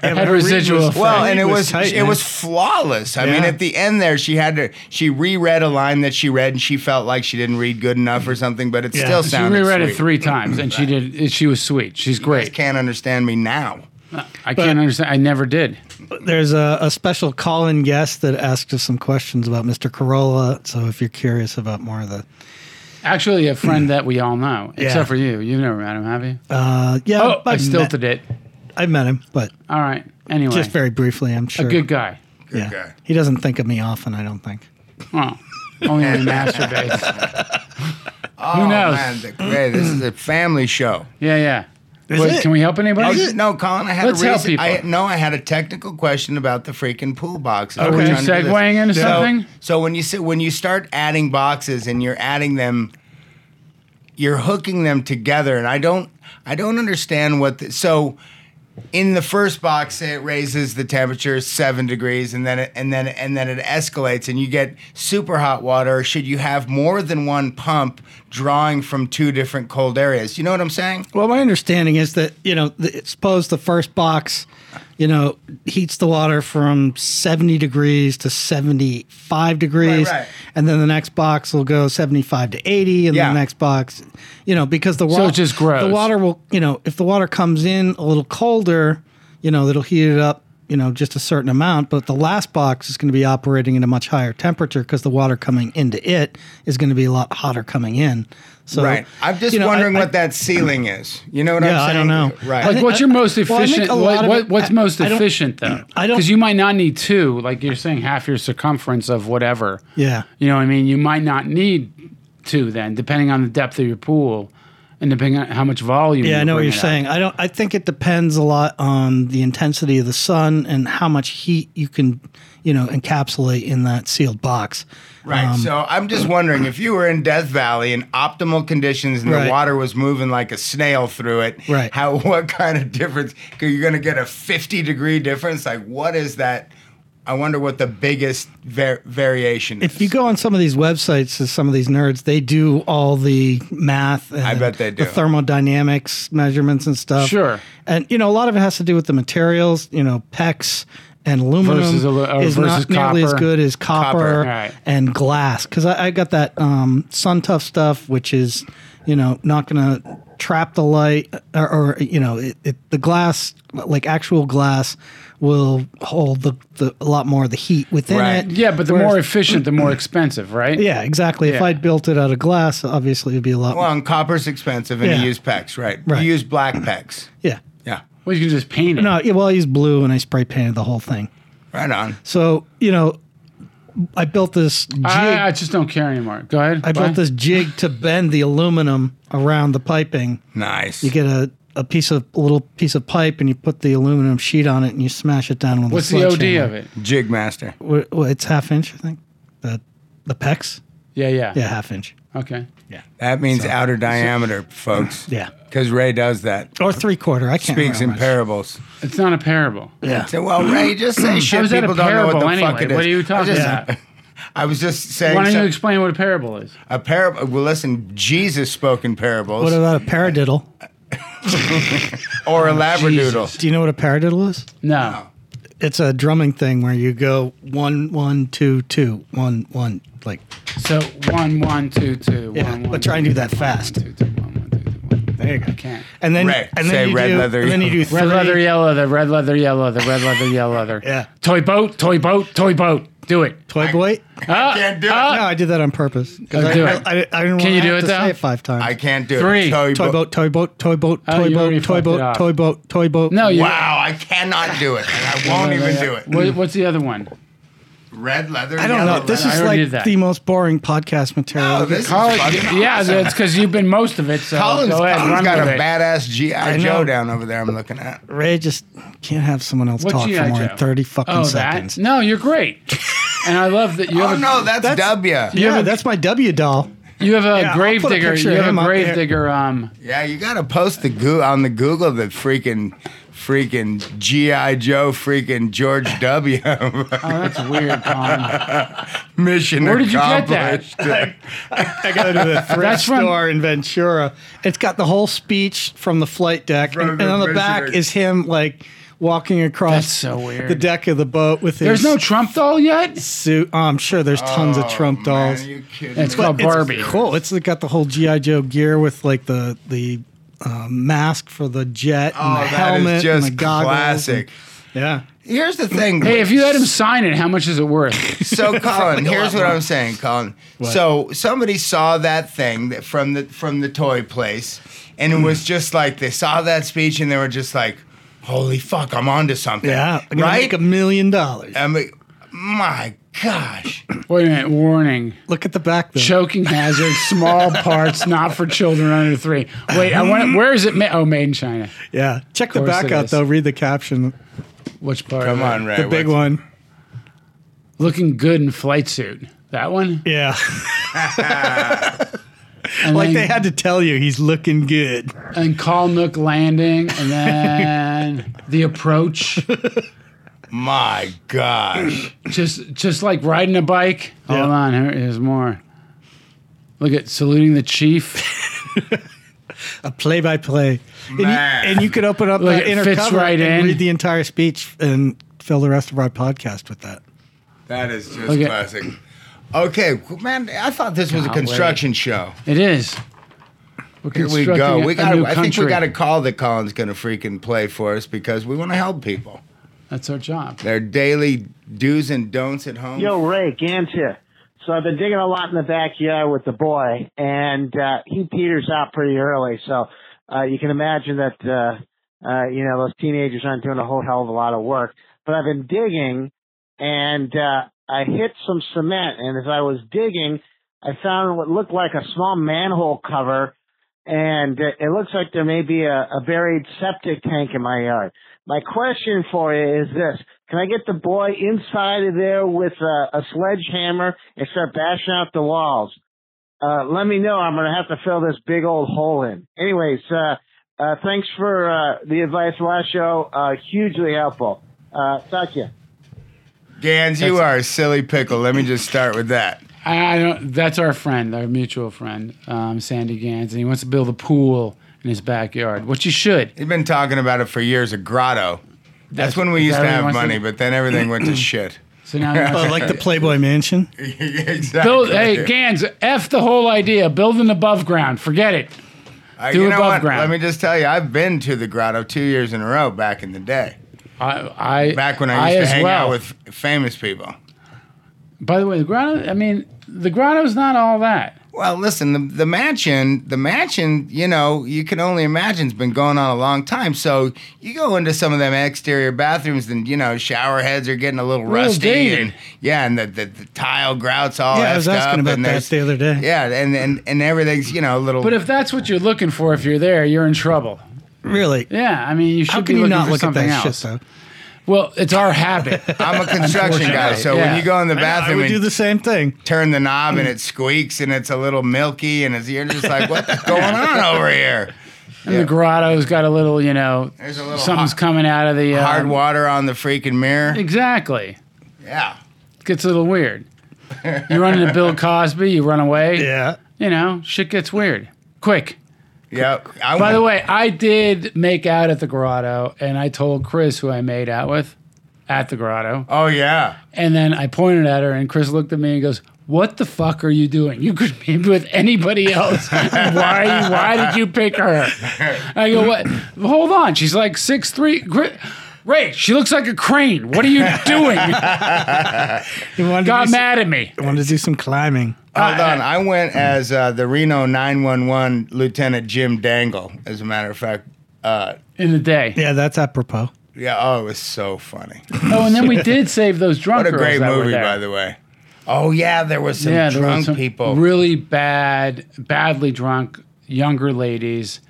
S3: me.
S1: Had residual effect.
S2: well, and it was, it
S3: man.
S2: was flawless. I mean,
S3: Yeah.
S2: at the end there, she had to she reread a line that she read, and she felt like she didn't read good enough or something. But it
S3: Yeah.
S2: still
S3: She
S1: She
S2: sounded.
S1: reread it
S2: sweet.
S1: three times and she did she was sweet. She's
S2: You guys
S1: great.
S2: can't understand me now.
S1: I can't understand I never did.
S3: There's a, a special call-in guest that asked us some questions about Mr. Corolla. So if you're curious about more of the,
S1: Actually, a friend that we all know,
S3: Yeah.
S1: except for you. You've never met him, have you?
S3: uh, yeah,
S1: oh, I
S3: I've met,
S1: stilted it.
S3: I've met him, but
S1: All right. Anyway,
S3: just very briefly. I'm sure.
S1: a good guy.
S3: Good yeah.
S2: guy.
S3: He doesn't think of me often. I don't think.
S1: Oh, only when he masturbates. Who
S2: Oh,
S1: knows?
S2: man, the- hey, this is a family show.
S1: Yeah, yeah.
S3: Is
S1: Wait,
S3: it?
S1: can we help
S2: Oh,
S1: anybody?
S2: you- no, Colin, I had
S1: Let's
S2: a
S1: help
S2: reason. I,
S1: people.
S2: no, I had a technical question about the freaking pool boxes.
S1: Okay.
S2: We're
S1: Were you
S2: trying to do this.
S1: segueing into
S2: so,
S1: something?
S2: So when you say, when you start adding boxes and you're adding them, you're hooking them together, and I don't I don't understand what. The, so in the first box, say it raises the temperature seven degrees, and then it, and then and then it escalates, and you get super hot water. Should you have more than one pump drawing from two different cold areas? You know what I'm saying?
S3: Well, my understanding is that you know, the, suppose the first box, you know, heats the water from seventy degrees to seventy-five degrees,
S2: right.
S3: and then the next box will go seventy-five to eighty, and
S2: Yeah.
S3: the next box, you know, because the water
S1: it just grows.
S3: The water will, you know, if the water comes in a little colder, you know, that'll heat it up. You know, just a certain amount, but the last box is going to be operating at a much higher temperature because the water coming into it is going to be a lot hotter coming in. So,
S2: Right. I'm just
S3: you know, I-
S2: wondering
S3: I-
S2: what that ceiling is. You know what
S3: Yeah, I
S2: I'm
S3: don't
S2: saying?
S3: know.
S2: Right.
S3: I
S1: like,
S3: think-
S1: what's your most
S3: well, I think
S1: efficient?
S3: a lot
S1: what,
S3: of
S1: what,
S3: it-
S1: what's most
S3: I don't-
S1: efficient, though?
S3: I don't-
S1: Because you might not need two, like you're saying, half your circumference of whatever.
S3: Yeah.
S1: You know what I mean? You might not need two then, depending on the depth of your pool and depending on how much volume. you
S3: Yeah, I know what
S1: bring
S3: you're
S1: it up.
S3: saying. I don't. I think it depends a lot on the intensity of the sun and how much heat you can, you know, encapsulate in that sealed box.
S2: Right.
S3: Um,
S2: so I'm just wondering if you were in Death Valley in optimal conditions and
S3: Right.
S2: the water was moving like a snail through it,
S3: Right.
S2: how what kind of difference? Cause you're gonna get a 50 degree difference. Like what is that? I wonder what the biggest var- variation is.
S3: If you go on some of these websites, to some of these nerds, they do all the math. And
S2: I bet they do.
S3: the thermodynamics measurements and stuff.
S1: Sure.
S3: and you know a lot of it has to do with the materials. You know, PEX and aluminum
S1: Versus alu- or
S3: is
S1: versus
S3: not nearly as
S1: copper.
S3: good as copper,
S2: Copper,
S1: right.
S3: and glass. Because I, I got that um, Sun Tough stuff, which is you know not going to trap the light, uh, or, or you know it, it, the glass, like actual glass, will hold the, the a lot more of the heat within
S2: Right.
S3: it.
S1: Yeah, but the
S3: Whereas-
S1: more efficient, the more expensive, right?
S3: yeah, exactly. If
S1: Yeah.
S3: I'd built it out of glass, obviously it'd be a lot.
S2: Well, and copper's expensive, and
S3: Yeah.
S2: you use PEX, right?
S3: Right.
S2: You use black PEX.
S3: yeah.
S2: Yeah,
S1: Well, you can just paint it.
S3: No, yeah, well, I used blue and I spray painted the whole thing.
S2: right on.
S3: So you know, I built this jig.
S1: I, I
S3: I,
S1: just don't care anymore. Go ahead.
S3: built this jig to bend the aluminum around the piping.
S2: Nice.
S3: You get a, a piece of a little piece of pipe and you put the aluminum sheet on it and you smash it down with
S1: What's
S3: a
S1: the OD of it?
S2: Jig master.
S3: it? Well, it's half inch, I think. The the pecs,
S1: Yeah, yeah.
S3: yeah, half inch,
S1: Okay.
S2: That means outer diameter, folks.
S3: yeah,
S2: Because Ray does that.
S3: or three quarter. I can't.
S2: Speaks in
S3: remember.
S2: parables.
S1: It's not a parable.
S3: Yeah.
S2: Say, well, Ray, just say shit.
S1: How is that a
S2: People don't know what the
S1: parable
S2: fuck it
S1: anyway?
S2: is.
S1: What are you
S2: I
S1: talking
S2: just-
S1: about?
S2: I was just saying.
S1: Why don't you
S2: some-
S1: explain what a parable is?
S2: A parable. Well, listen, Jesus spoke in parables
S3: What about a paradiddle?
S2: or a labradoodle.
S1: Jesus.
S3: Do you know what a paradiddle is?
S1: No.
S3: It's a drumming thing where you go one, one, two, two, one, one, like
S1: So one, one, two, two.
S3: Yeah,
S1: one,
S3: but
S1: one,
S3: try and
S1: two,
S3: do that
S1: two,
S3: fast.
S1: One, two, two, one, one, two, two, one.
S3: there you go.
S1: I can't.
S3: And then,
S2: Red.
S3: and then
S2: Say
S3: you
S2: red
S3: do,
S2: leather,
S3: and then you do
S2: yellow.
S3: three.
S1: Red leather, yellow leather, red leather, yellow leather, red leather, yellow leather.
S3: Yeah.
S1: Toy boat, toy boat, toy boat. Do it.
S3: Toy boy.
S1: I
S2: can't do it.
S3: no, I did that on purpose. 'Cause
S1: Oh,
S3: I,
S1: Ah. do
S3: I,
S1: it.
S3: I, I didn't
S1: Can
S3: wanna
S1: you do
S3: have
S1: it,
S3: to
S1: though?
S3: say it five times.
S2: I can't do
S1: Three.
S2: it. Toy
S3: toy
S2: bo-
S3: boat, toy boat, toy boat,
S1: Oh,
S3: toy
S1: you already
S3: boat, toy
S1: fucked it
S3: boat,
S1: off.
S3: toy boat, toy boat.
S1: No, you.
S2: Wow, I cannot do it. And I won't even do it.
S1: What, what's the other one?
S2: Red leather.
S3: I don't
S2: yellow
S3: know. This
S2: leather.
S1: I
S3: is
S1: already did
S3: like
S1: that.
S3: the most boring podcast material.
S2: No, this
S1: Colin,
S2: is fucking
S1: yeah,
S2: awesome.
S1: that's because you've been most of it. So
S2: Colin's,
S1: go ahead,
S2: Colin's
S1: run
S2: got
S1: with
S2: a
S1: it.
S2: badass GI
S3: know.
S2: Joe down over there. I'm looking at.
S3: Ray just can't have someone else
S1: What
S3: talk
S1: GI
S3: for more
S1: Joe?
S3: than thirty fucking
S1: oh,
S3: seconds.
S1: that? No, you're great. and I love that you have
S2: Oh
S1: a,
S2: no, that's, W.
S3: Yeah,
S1: have a-
S3: that's my W doll.
S1: you have a
S3: Yeah, I'll
S1: grave
S3: put a
S1: digger.
S3: picture
S1: you
S3: of
S1: have
S3: him
S1: a
S3: up
S1: grave
S3: here.
S1: digger. Um,
S2: Yeah, you gotta post the goo on the Google the freaking, freaking GI Joe, freaking George W.
S1: oh, that's weird. Colin.
S2: Mission
S1: Where did you get that?
S2: accomplished. that?
S3: I go to the thrift
S1: That's from-
S3: store in Ventura. It's got the whole speech from the flight deck,
S2: From
S3: and,
S2: the
S3: and on the back
S2: prisoner.
S3: is him like walking across
S1: That's so weird.
S3: the deck of the boat with his
S1: There's no Trump doll yet.
S3: suit. Oh, I'm sure there's tons of Trump dolls.
S2: Man, are you kidding
S1: It's
S2: me?
S1: called Barbie.
S3: It's cool. It's got the whole GI Joe gear with like the the uh, mask for the jet and
S2: Oh, that is
S3: the helmet
S2: just
S3: and the goggles.
S2: classic.
S3: and- yeah,
S2: Here's the thing.
S1: Hey, if you let him sign it, how much is it worth?
S2: so Colin, here's what I'm saying, Colin. So somebody saw that thing that from the from the toy place, and
S3: Hmm.
S2: it was just like they saw that speech and they were just like, "Holy fuck, I'm onto something."
S3: yeah. I'm gonna
S2: right.
S3: make a million dollars.
S2: I mean, my gosh.
S1: Wait a minute. Warning:
S3: Look at the back though.
S1: choking hazard, small parts, not for children under three. Wait, I want. Where is it? Ma- oh, made in China.
S3: yeah, check the
S1: Of course
S3: back
S1: it
S3: out
S1: is.
S3: though. Read the caption.
S1: Which part? of
S2: Come
S1: it?
S2: on, Ray.
S3: the big
S2: what's-
S3: one.
S1: Looking good in flight suit. That one.
S3: Yeah.
S1: And
S3: like
S1: then-
S3: they had to tell you he's looking good.
S1: and Call Nook Landing, and then the approach.
S2: My gosh.
S1: Just just like riding a bike. Hold
S3: Yeah.
S1: on, here- here's more. Look at saluting the chief.
S3: A play by play. And you,
S2: Man.
S3: and you could open up
S1: Look,
S3: that
S1: it
S3: inner
S1: fits
S3: cover
S1: right
S3: and
S1: in.
S3: read the entire speech and fill the rest of our podcast with that.
S2: That is just
S1: Look at-
S2: classic. Okay, man, I thought this was a
S1: Golly.
S2: construction show.
S1: It is. We're
S2: Here we
S1: constructing
S2: go.
S1: a-
S2: We
S1: a
S2: got.
S1: new
S2: I think we
S1: country.
S2: got a call that Colin's going to freaking play for us because we want to help people.
S1: That's our job.
S2: Their daily do's and don'ts at home.
S4: Yo, Ray, Gans here. So I've been digging a lot in the backyard with the boy, and uh, he peters out pretty early. So uh, you can imagine that, uh, uh, you know, those teenagers aren't doing a whole hell of a lot of work. But I've been digging, and uh, I hit some cement, and as I was digging, I found what looked like a small manhole cover, and uh, it it looks like there may be a, a buried septic tank in my yard. My question for you is this. Can I get the boy inside of there with a, a sledgehammer and start bashing out the walls? Uh, let me know. I'm going to have to fill this big old hole in. Anyways, uh, uh, thanks for uh, the advice last show. Uh, hugely helpful. Uh, talk to you.
S2: Gans, you are a silly pickle. Let me just start with that.
S1: I, I don't. That's our friend, our mutual friend, um, Sandy Gans, and he wants to build a pool in his backyard, which he should.
S2: He's been talking about it for years. A grotto. That's, when we
S1: is
S2: used
S1: that
S2: to
S1: what he
S2: have
S1: wants
S2: money, but then everything went to shit.
S1: So now, he wants
S3: Oh,
S1: to
S3: like the Playboy Mansion.
S2: exactly.
S1: build. Hey, Gans, f the whole idea. Build an above ground. Forget it.
S2: Uh,
S1: do
S2: you know
S1: above
S2: what?
S1: ground.
S2: Let me just tell you, I've been to the grotto two years in a row back in the day.
S1: I, I
S2: Back when I used to
S1: as
S2: hang
S1: well.
S2: out with famous people.
S1: By the way, the grotto. I mean, the grotto's not all that.
S2: Well, listen, the, the mansion, the mansion, you know, you can only imagine has been going on a long time. So you go into some of them exterior bathrooms and, you know, shower heads are getting a little,
S1: little
S2: rusty.
S1: dated.
S2: And, yeah, and the, the, the tile grouts all
S3: Yeah, I was
S2: effed up,
S3: asking about
S2: and
S3: that
S2: there's-
S3: the other day.
S2: Yeah, and, and, and everything's, you know, a little.
S1: But if that's what you're looking for, if you're there, you're in trouble.
S3: Really?
S1: Yeah, I mean, you should
S3: How
S1: be
S3: can you
S1: looking
S3: not
S1: for
S3: look at
S1: something
S3: that
S1: else.
S3: shit though?
S1: Well, it's our habit.
S2: I'm a construction guy, so
S1: Yeah.
S2: when you go in the
S3: I
S2: bathroom
S3: would
S2: and
S3: do the same thing.
S2: turn the knob and it squeaks and it's a little milky and it's, you're just like, what's going on over here?
S1: And the grotto's got a little, you know,
S2: There's a little
S1: something's
S2: hard-
S1: coming out of the um,
S2: Hard water on the freaking mirror.
S1: Exactly.
S2: Yeah.
S1: gets a little weird. You run into Bill Cosby, you run away.
S3: Yeah.
S1: You know, shit gets weird. Quick.
S2: Yep. I
S1: By
S2: went-
S1: the way, I did make out at the grotto, and I told Chris who I made out with at the grotto.
S2: Oh yeah.
S1: And then I pointed at her, and Chris looked at me and goes, what the fuck are you doing? You could be with anybody else. And why? Are you, why did you pick her? I go, what? Hold on. She's like six three. Ray, she looks like a crane. What are you doing?
S3: You wanted
S1: Got
S3: to do
S1: mad at me.
S3: Some, wanted to do some climbing.
S1: Uh,
S2: Hold on. I went as uh, the Reno 911 Lieutenant Jim Dangle. As a matter of fact. Uh,
S1: In the day.
S3: Yeah, that's apropos.
S2: yeah. Oh, it was so funny.
S1: Oh, and then we did save those drunk
S2: What a
S1: girls
S2: great
S1: that were
S2: movie,
S1: there.
S2: by the way. Oh yeah, there was some
S1: yeah, there were
S2: drunk
S1: some
S2: people.
S1: really bad, badly drunk younger ladies,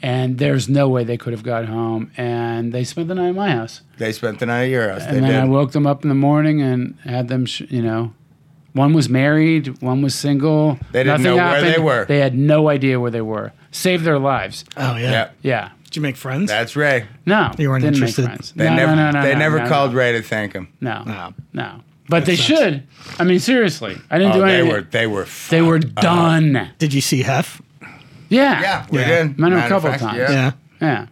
S1: and there's no way they could have got home, and they spent the night at my house,
S2: they spent the night at your house. They
S1: and then I
S2: did.
S1: woke them up in the morning and had them, sh- you know. One was married, one was single.
S2: They didn't
S1: Nothing
S2: know where they
S1: happened.
S2: were.
S1: They had no idea where they were. Saved their lives.
S3: Oh yeah.
S2: yeah,
S1: Yeah.
S3: Did you make friends?
S2: that's Ray.
S1: No.
S3: You weren't
S1: didn't
S3: interested.
S1: Make friends.
S2: They
S1: no,
S2: never,
S1: no, no, no,
S2: they
S1: no,
S2: never
S1: no,
S2: called Ray to thank him.
S1: No. No.
S3: No.
S1: no. But they should. I mean, seriously. I didn't do
S2: Oh, they
S1: anything.
S2: were, they were,
S1: They were
S2: fucked up.
S1: done.
S3: Did you see Hef?
S1: Yeah.
S2: Yeah, we
S3: Uh-huh. Yeah.
S2: did.
S1: Met him a
S2: Matter of
S1: couple
S2: fact,
S1: times.
S2: Yeah.
S3: Yeah.
S1: Yeah.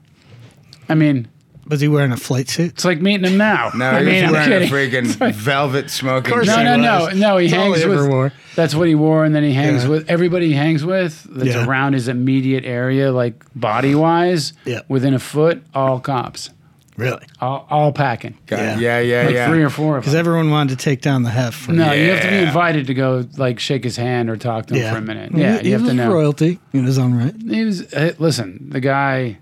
S1: I mean,
S3: Was he wearing a flight suit?
S1: it's like meeting him now.
S2: No,
S1: I
S2: he
S1: mean,
S2: was
S1: I'm
S2: wearing a
S1: kidding.
S2: freaking velvet smoking.
S3: course
S1: No,
S2: jacket.
S1: no, no, no. He
S3: It's all
S1: hangs
S3: he ever
S1: with.
S3: wore.
S1: That's what he wore, and then he hangs
S3: Yeah.
S1: with everybody he hangs with that's
S3: Yeah.
S1: around his immediate area, like body wise,
S3: Yeah.
S1: within a foot, all cops,
S3: Really?
S1: all, all packing,
S2: God,
S3: Yeah.
S2: yeah, yeah,
S1: like
S2: yeah.
S1: three or four of
S3: Because
S1: them.
S3: everyone wanted to take down the Hef. For
S1: no, you have to be
S2: Yeah.
S1: invited to go, like shake his hand or talk to him
S3: Yeah.
S1: for a minute.
S3: Well,
S1: Yeah,
S3: he,
S1: you have
S3: he
S1: to
S3: was
S1: know.
S3: royalty in his own right.
S1: He was. Uh, listen, the guy,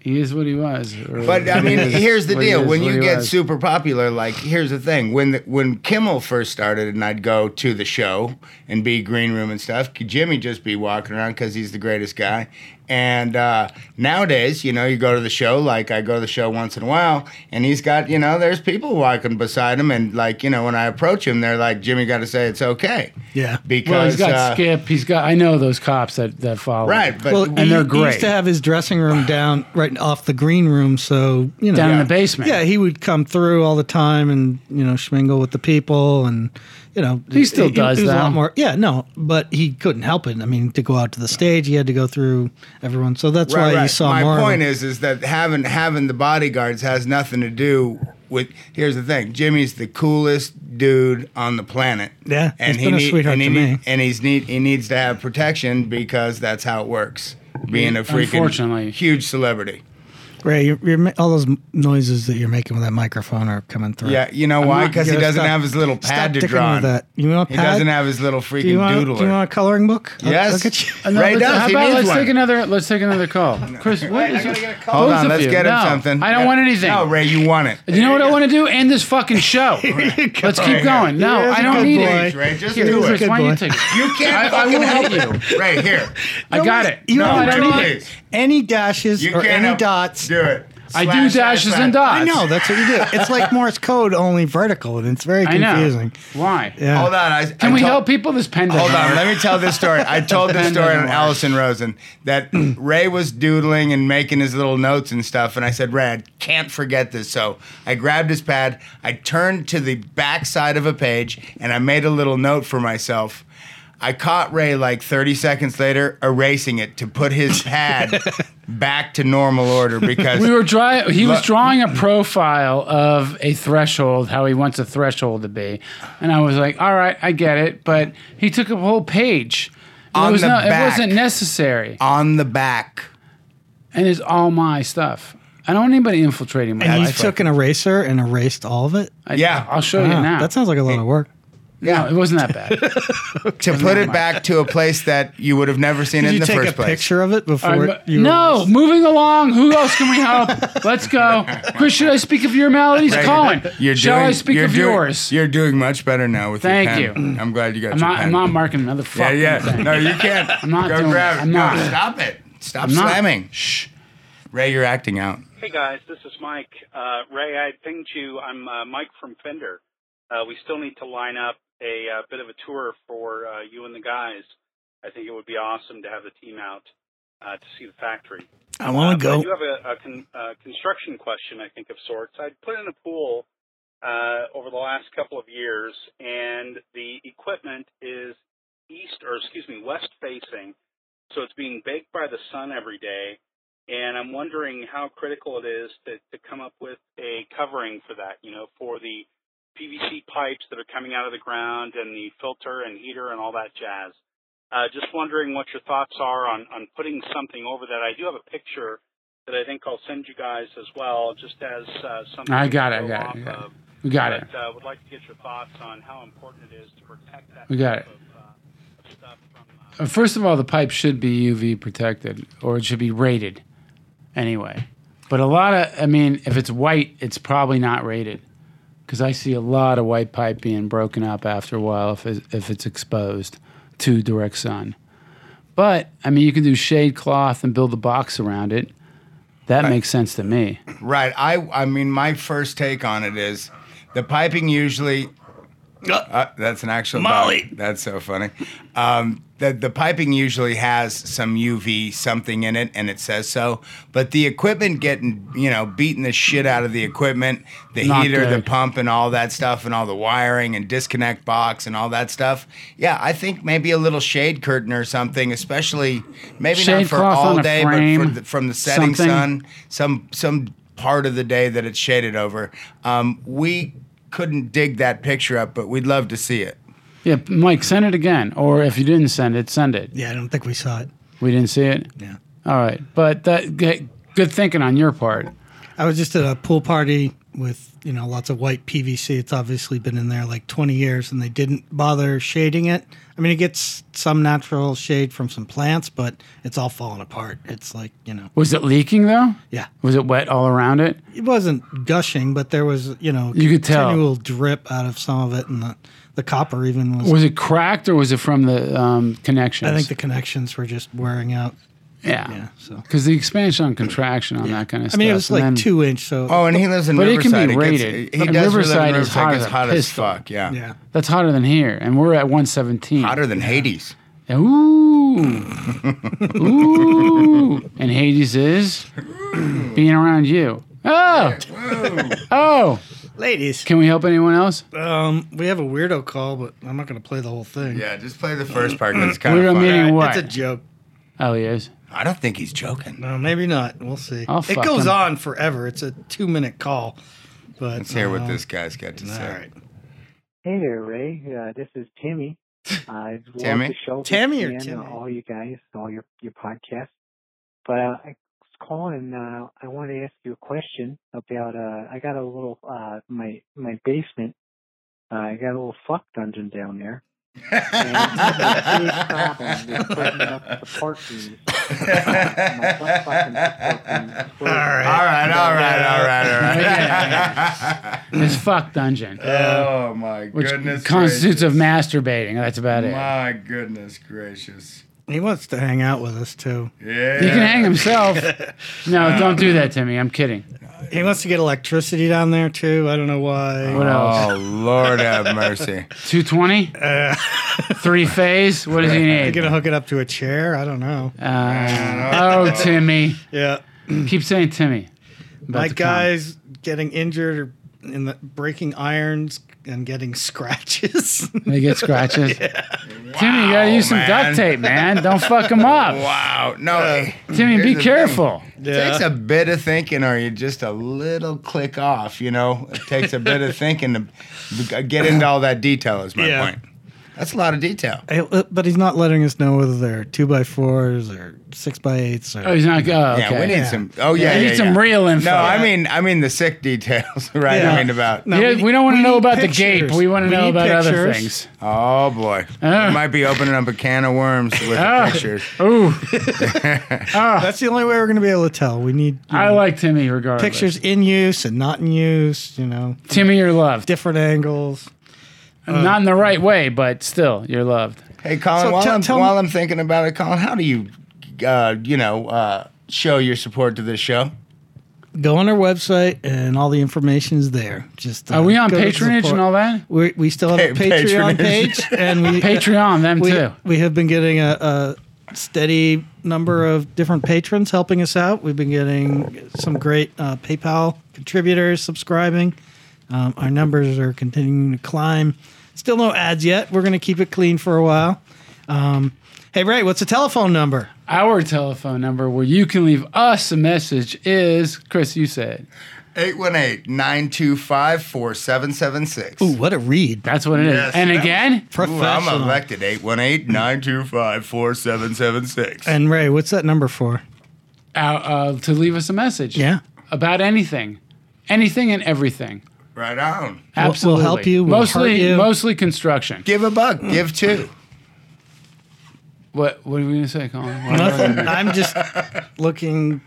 S1: he is what he was. or
S2: But I
S1: he
S2: mean,
S1: is
S2: here's the
S1: what he
S2: deal:
S1: is,
S2: when
S1: what
S2: you
S1: he
S2: get
S1: was.
S2: super popular, like here's the thing: when the, when Kimmel first started, and I'd go to the show and be green room and stuff, Jimmy just be walking around because he's the greatest guy. And uh, nowadays, you know, you go to the show. Like I go to the show once in a while, and he's got you know, there's people walking beside him, and like you know, when I approach him, they're like, Jimmy, got to say it's okay
S3: Yeah.
S2: because
S1: Well, he's got
S2: uh,
S1: Skip. He's got. I know those cops that that follow.
S2: right, but
S3: Well,
S1: and
S3: he,
S1: they're
S3: He
S1: great.
S3: used to have his dressing room down right off the green room, so you know.
S1: down in
S2: Yeah.
S1: the basement.
S3: Yeah, he would come through all the time and you know schmingle with the people and you know
S1: He still does,
S3: He was a
S1: though.
S3: lot more. Yeah, no, but he couldn't help it. I mean, to go out to the stage, he had to go through everyone. So that's why you saw
S2: My
S3: more. of
S2: point
S3: him.
S2: is, is that having having the bodyguards has nothing to do with. Here's the thing: Jimmy's the coolest dude on the planet.
S3: Yeah, he's been a
S2: need-
S3: sweetheart
S2: and he
S3: to
S2: need-
S3: me.
S2: and he's need he needs to have protection because that's how it works. Being a
S1: Unfortunately.
S2: freaking huge celebrity.
S3: Ray, you're, you're, ma- all those m- noises that you're making with that microphone are coming through.
S2: Yeah, you know
S3: I'm
S2: why?
S3: not-
S2: Because he
S3: yeah,
S2: doesn't
S3: stop-
S2: have his little
S3: Stop
S2: pad to
S3: dicking
S2: draw.
S3: with
S2: on.
S3: that. You want a
S2: He
S3: pad?
S2: doesn't have his little
S3: do you
S2: freaking
S3: want,
S2: doodler.
S3: Do you want a coloring book? I'll-
S2: yes,
S3: I'll get you.
S1: No,
S2: Ray
S1: let's-
S2: does.
S1: How
S2: he
S1: about
S2: needs
S1: let's
S2: one.
S1: take another. Let's take another call. Chris, what is?
S2: Hold
S1: both
S2: on,
S1: of
S2: let's
S1: you.
S2: get him
S1: No,
S2: something.
S1: I don't want anything.
S2: No, Ray, you want it.
S1: You know what I want to do? End this fucking show. Let's keep
S2: Right
S1: going. No,
S3: Here's
S1: I
S3: a
S1: don't
S3: good
S1: need
S3: boy.
S1: it.
S2: Thanks, Ray, just
S1: Here,
S2: do
S1: Chris,
S2: it.
S1: why
S3: Good
S1: you
S3: boy.
S1: take it?
S2: You can't
S1: I- I
S2: fucking
S1: won't
S2: help
S1: help
S2: you. Ray, here.
S1: I got it.
S3: You
S1: No,
S3: don't
S1: I
S3: want
S1: don't
S2: Ray.
S1: need it.
S3: any dashes
S2: You
S3: or
S2: can't
S3: any
S2: help-
S3: dots.
S2: Do it.
S1: I do
S2: Slash, slash,
S1: dashes
S2: slash.
S1: and dots.
S3: I know that's what you do. It's like Morse code, only vertical, and it's very
S1: I know.
S3: confusing.
S1: Why?
S3: Yeah.
S2: Hold on. I,
S1: Can
S2: I
S1: we
S2: told-
S1: help people? This pen doesn't
S2: Hold on,
S1: work.
S2: let me tell this story. I told this
S1: Pen
S2: story
S1: doesn't
S2: on
S1: work.
S2: Allison Rosen that Ray was doodling and making his little notes and stuff, and I said, "Ray, I can't forget this." So I grabbed his pad, I turned to the back side of a page, and I made a little note for myself. I caught Ray like 30 seconds later erasing it to put his pad back to normal order because
S1: We were dry, he was
S2: Look.
S1: drawing a profile of a threshold, how he wants a threshold to be, and I was like, "All right, I get it," but he took a whole page. It
S2: On
S1: was
S2: the
S1: not-
S2: back.
S1: it wasn't necessary,
S2: on the back.
S1: and it's all my stuff. I don't want anybody infiltrating my
S3: And you
S1: life.
S3: took an eraser and erased all of it.
S1: I-
S2: Yeah.
S1: I'll show you
S2: Ah,
S3: Wow,
S1: now.
S3: That sounds like a lot of work.
S1: no, it wasn't that bad.
S2: To put it back to a place that you would have never seen it
S3: Did
S2: in
S3: you
S2: the
S3: take
S2: first
S3: a
S2: place.
S3: picture of it before
S1: All right,
S3: it-
S1: but-
S3: you?
S1: no,
S3: erased?
S1: moving along. Who else can we help? Let's go. Chris, should I speak of your maladies?
S2: Right.
S1: Colin, shall I speak
S2: you're
S1: of
S2: doing-
S1: yours?
S2: You're doing much better now with
S1: Thank
S2: your pen.
S1: you.
S2: I'm glad you got
S1: I'm
S2: your
S1: not,
S2: pen.
S1: I'm not marking another
S2: yeah,
S1: fucking
S2: yeah.
S1: thing.
S2: No, you can't.
S1: I'm not
S2: Go
S1: doing
S2: grab
S1: it.
S2: it.
S1: I'm
S2: no,
S1: not.
S2: stop it. Stop
S1: I'm not.
S2: slamming. Shh. Ray, you're acting out.
S5: Hey guys, this is Mike. Uh, Ray, I pinged you. I'm uh, Mike from Fender. Uh, we still need to line up a uh, bit of a tour for uh, you and the guys. I think it would be awesome to have the team out uh, to see the factory.
S3: I want
S5: Uh,
S3: to
S5: but I
S3: go.
S5: do have a, a con- uh, construction question, I think, of sorts. I put in a pool uh, over the last couple of years, and the equipment is east, or excuse me, west facing, so it's being baked by the sun every day. And I'm wondering how critical it is to, to come up with a covering for that, you know, for the PVC pipes that are coming out of the ground and the filter and heater and all that jazz. Uh, just wondering what your thoughts are on, on putting something over that. I do have a picture that I think I'll send you guys as well, just as uh, something.
S1: I got
S5: to
S1: it, I
S5: go
S1: got it,
S5: off
S1: I got it.
S5: of.
S1: We got it.
S5: But, uh, would like to get your thoughts on how important it is to protect that.
S1: We got
S5: type Of, uh, of stuff from, uh,
S1: Uh, First of all, the pipe should be UV protected, or it should be rated, anyway. But a lot of, I mean, if it's white, it's probably not rated, because I see a lot of white pipe being broken up after a while if it's, if it's exposed to direct sun. But I mean, you can do shade cloth and build a box around it. That makes sense to me.
S2: Right. I. I mean, my first take on it is the piping usually. Uh, that's an actual
S3: Molly.
S2: bug. That's so funny. Um, the the piping usually has some UV something in it, and it says so. But the equipment getting you know beating the shit out of the equipment, the
S1: Not
S2: heater, the
S1: good.
S2: pump, and all that stuff, and all the wiring and disconnect box and all that stuff. Yeah, I think maybe a little shade curtain or something, especially maybe
S1: Shade
S2: not for
S1: cloth on
S2: all
S1: a
S2: day,
S1: frame,
S2: but for the, from the setting
S1: something.
S2: sun some some part of the day that it's shaded over. Um, we couldn't dig that picture up, but we'd love to see it.
S1: Yeah, Mike, send it again, or if you didn't send it, send it.
S3: Yeah, I don't think we saw it.
S1: We didn't see it.
S3: Yeah.
S1: All right, but that good good thinking on your part.
S3: I was just at a pool party with you know lots of white PVC. It's obviously been in there like 20 years, and they didn't bother shading it. I mean, it gets some natural shade from some plants, but it's all falling apart. It's like you know,
S1: Was it leaking though?
S3: yeah,
S1: Was it wet all around it?
S3: it wasn't gushing, but there was you know
S1: You could tell.
S3: continual drip out of some of it, and the the copper even was.
S1: Was it cracked or was it from the um, connections?
S3: I think the connections were just wearing out.
S1: yeah,
S3: Yeah, so.
S1: because the expansion on contraction on that kind of
S3: I
S1: stuff.
S3: mean, it was
S1: and
S3: like
S1: then-
S3: two inch, so
S2: Oh, and he lives in
S1: But it can
S2: Riverside.
S1: be
S2: gets-
S1: rated.
S2: he
S1: And
S2: does
S1: Riverside is
S2: Riverside, live in Riverside.
S1: hot
S2: It
S1: as
S2: gets
S1: a
S2: hot as
S1: pistol.
S2: fuck. Yeah.
S3: yeah.
S1: That's hotter than here, and we're at 117.
S2: hotter than Hades.
S1: Ooh, ooh, and Hades is being around you. Oh, oh.
S3: Ladies,
S1: Can we help anyone else?
S3: um, we have a weirdo call, but I'm not going to play the whole thing.
S2: yeah, just play the first part. 'cause It's kind
S1: We're
S2: of
S1: gonna
S2: funny.
S1: meeting
S3: It's a
S1: what?
S3: joke.
S1: Oh, he is.
S2: I don't think he's joking.
S3: No, maybe not. We'll see.
S1: I'll
S3: it
S1: fuck
S3: goes
S1: him.
S3: on forever. It's a two minute call. But
S2: Let's hear what
S3: um,
S2: this guy's got to
S3: All
S2: say.
S3: right.
S6: Hey there, Ray. Uh, this is Timmy. I've loved
S2: Timmy?
S6: the show. since
S3: Tammy
S6: the
S3: or
S6: end,
S3: Timmy?
S6: All you guys, all your your podcasts. But uh, I was calling. Uh, I wanted to ask you a question about. Uh, I got a little uh, my my basement. Uh, I got a little fuck dungeon down there. And I have a big problem with putting up the parking. My butt fucking parking.
S2: all right, all right, all right, all right.
S1: It's fuck dungeon,
S2: oh my
S1: which
S2: goodness!
S1: constitutes of
S2: gracious.
S1: masturbating. That's about it.
S2: My goodness gracious.
S3: He wants to hang out with us too.
S2: Yeah.
S1: He can hang himself. no, don't do that to me. I'm kidding.
S3: He wants to get electricity down there too. I don't know why.
S1: What else?
S2: Oh, Lord have mercy.
S1: 220? Three phase? What does he
S3: They're
S1: need?
S3: gonna hook it up to a chair. I don't know.
S1: Uh, oh, Timmy.
S3: Yeah,
S1: Keep saying Timmy. About
S3: like
S1: to come.
S3: guys getting injured or in the breaking irons and getting scratches.
S1: They get scratches. Timmy, you gotta
S2: Wow,
S1: use some
S2: man.
S1: duct tape, man. Don't fuck them up.
S2: Wow. No.
S1: Uh, Timmy,
S2: here's
S1: be
S2: the thing.
S1: careful.
S2: It takes a bit of thinking, or you just a little click off. You know, it takes a bit of thinking to b- get into all that detail. Is my
S3: Yeah.
S2: point. That's a lot of detail.
S3: Hey, uh, But he's not letting us know whether they're two by fours or six by eights. Or,
S1: Oh, he's not. Oh, okay.
S2: Yeah, we need some. Oh yeah,
S1: We
S2: yeah,
S1: need some
S2: yeah.
S1: real info.
S2: No, I mean, I mean the sick details, right?
S3: Yeah.
S2: I mean about.
S3: No,
S1: Yeah, we,
S3: we-
S1: don't want to
S3: we
S1: know
S3: need
S1: about the
S3: pictures.
S1: gape. We want to
S3: We
S1: know
S3: need
S1: about other
S3: pictures.
S1: things.
S2: Oh boy,
S1: Ah.
S3: Uh.
S2: we might be opening up a can of worms with
S1: Ah.
S2: the pictures.
S1: Ooh,
S3: that's the only way we're gonna be able to tell. We need you
S1: I
S3: know,
S1: like Timmy regardless.
S3: pictures in use and not in use. You know,
S1: Timmy, you're loved.
S3: different angles.
S1: Not in the right way, but still, you're loved.
S2: Hey, Colin,
S3: So
S2: while,
S3: tell-
S2: I'm,
S3: tell
S2: while
S3: me-
S2: I'm thinking about it, Colin, how do you, uh, you know, uh, show your support to this show?
S3: Go on our website and all the information is there. Just uh,
S1: Are we on
S3: go to the
S1: patronage and
S3: support-
S1: all that?
S3: We, we still have a
S2: Pa-
S3: Patreon
S2: patronage.
S3: page, and we
S1: Patreon, them
S3: we,
S1: too.
S3: we have been getting a, a steady number of different patrons helping us out. We've been getting some great uh, PayPal contributors subscribing. Um, our numbers are continuing to climb. Still no ads yet. We're going to keep it clean for a while. Um, hey Ray, what's the telephone number?
S1: Our telephone number where you can leave us a message is Chris. You said
S2: 818-925-4776.
S3: Ooh, what a read!
S1: that's what it is.
S2: Yes,
S1: and
S2: that
S1: again,
S2: Ooh, I'm
S3: Professional.
S2: elected. 818-925-4776.
S3: and Ray, what's that number for?
S1: uh, uh, to leave us a message.
S3: Yeah.
S1: About anything, anything and everything.
S2: Right on.
S3: We'll- we'll
S1: Absolutely.
S3: help you, we'll
S1: mostly,
S3: hurt you.
S1: mostly construction.
S2: Give a buck.
S3: Hmm.
S2: Give two.
S1: What What are we gonna say, Colin? What-
S3: Nothing. I'm just looking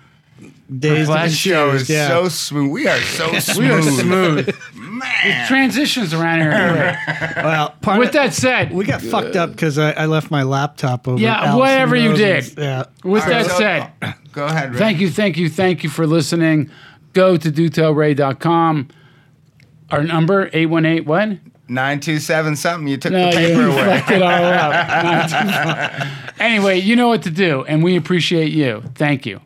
S3: dazed.
S1: Perplexed.
S3: and
S2: This show
S3: confused,
S2: is
S3: yeah.
S2: so smooth. We are so smooth.
S1: we are smooth.
S2: Man.
S1: Transitions around here. are great.
S3: well, part
S1: With that said,
S3: We got fucked up because I, I left my laptop over.
S1: Yeah,
S3: at Allison
S1: whatever you
S3: Rosen's.
S1: did.
S3: Yeah.
S1: with
S2: All right,
S1: that
S2: so-
S1: said,
S2: Go ahead, Rick.
S1: thank you, thank you, thank you for listening. Go to dotelray.com. Our number, 818, what?
S2: 927 something. You took
S1: No,
S2: the
S1: you
S2: paper away.
S1: fucked it all up. anyway, you know what to do, and we appreciate you. Thank you.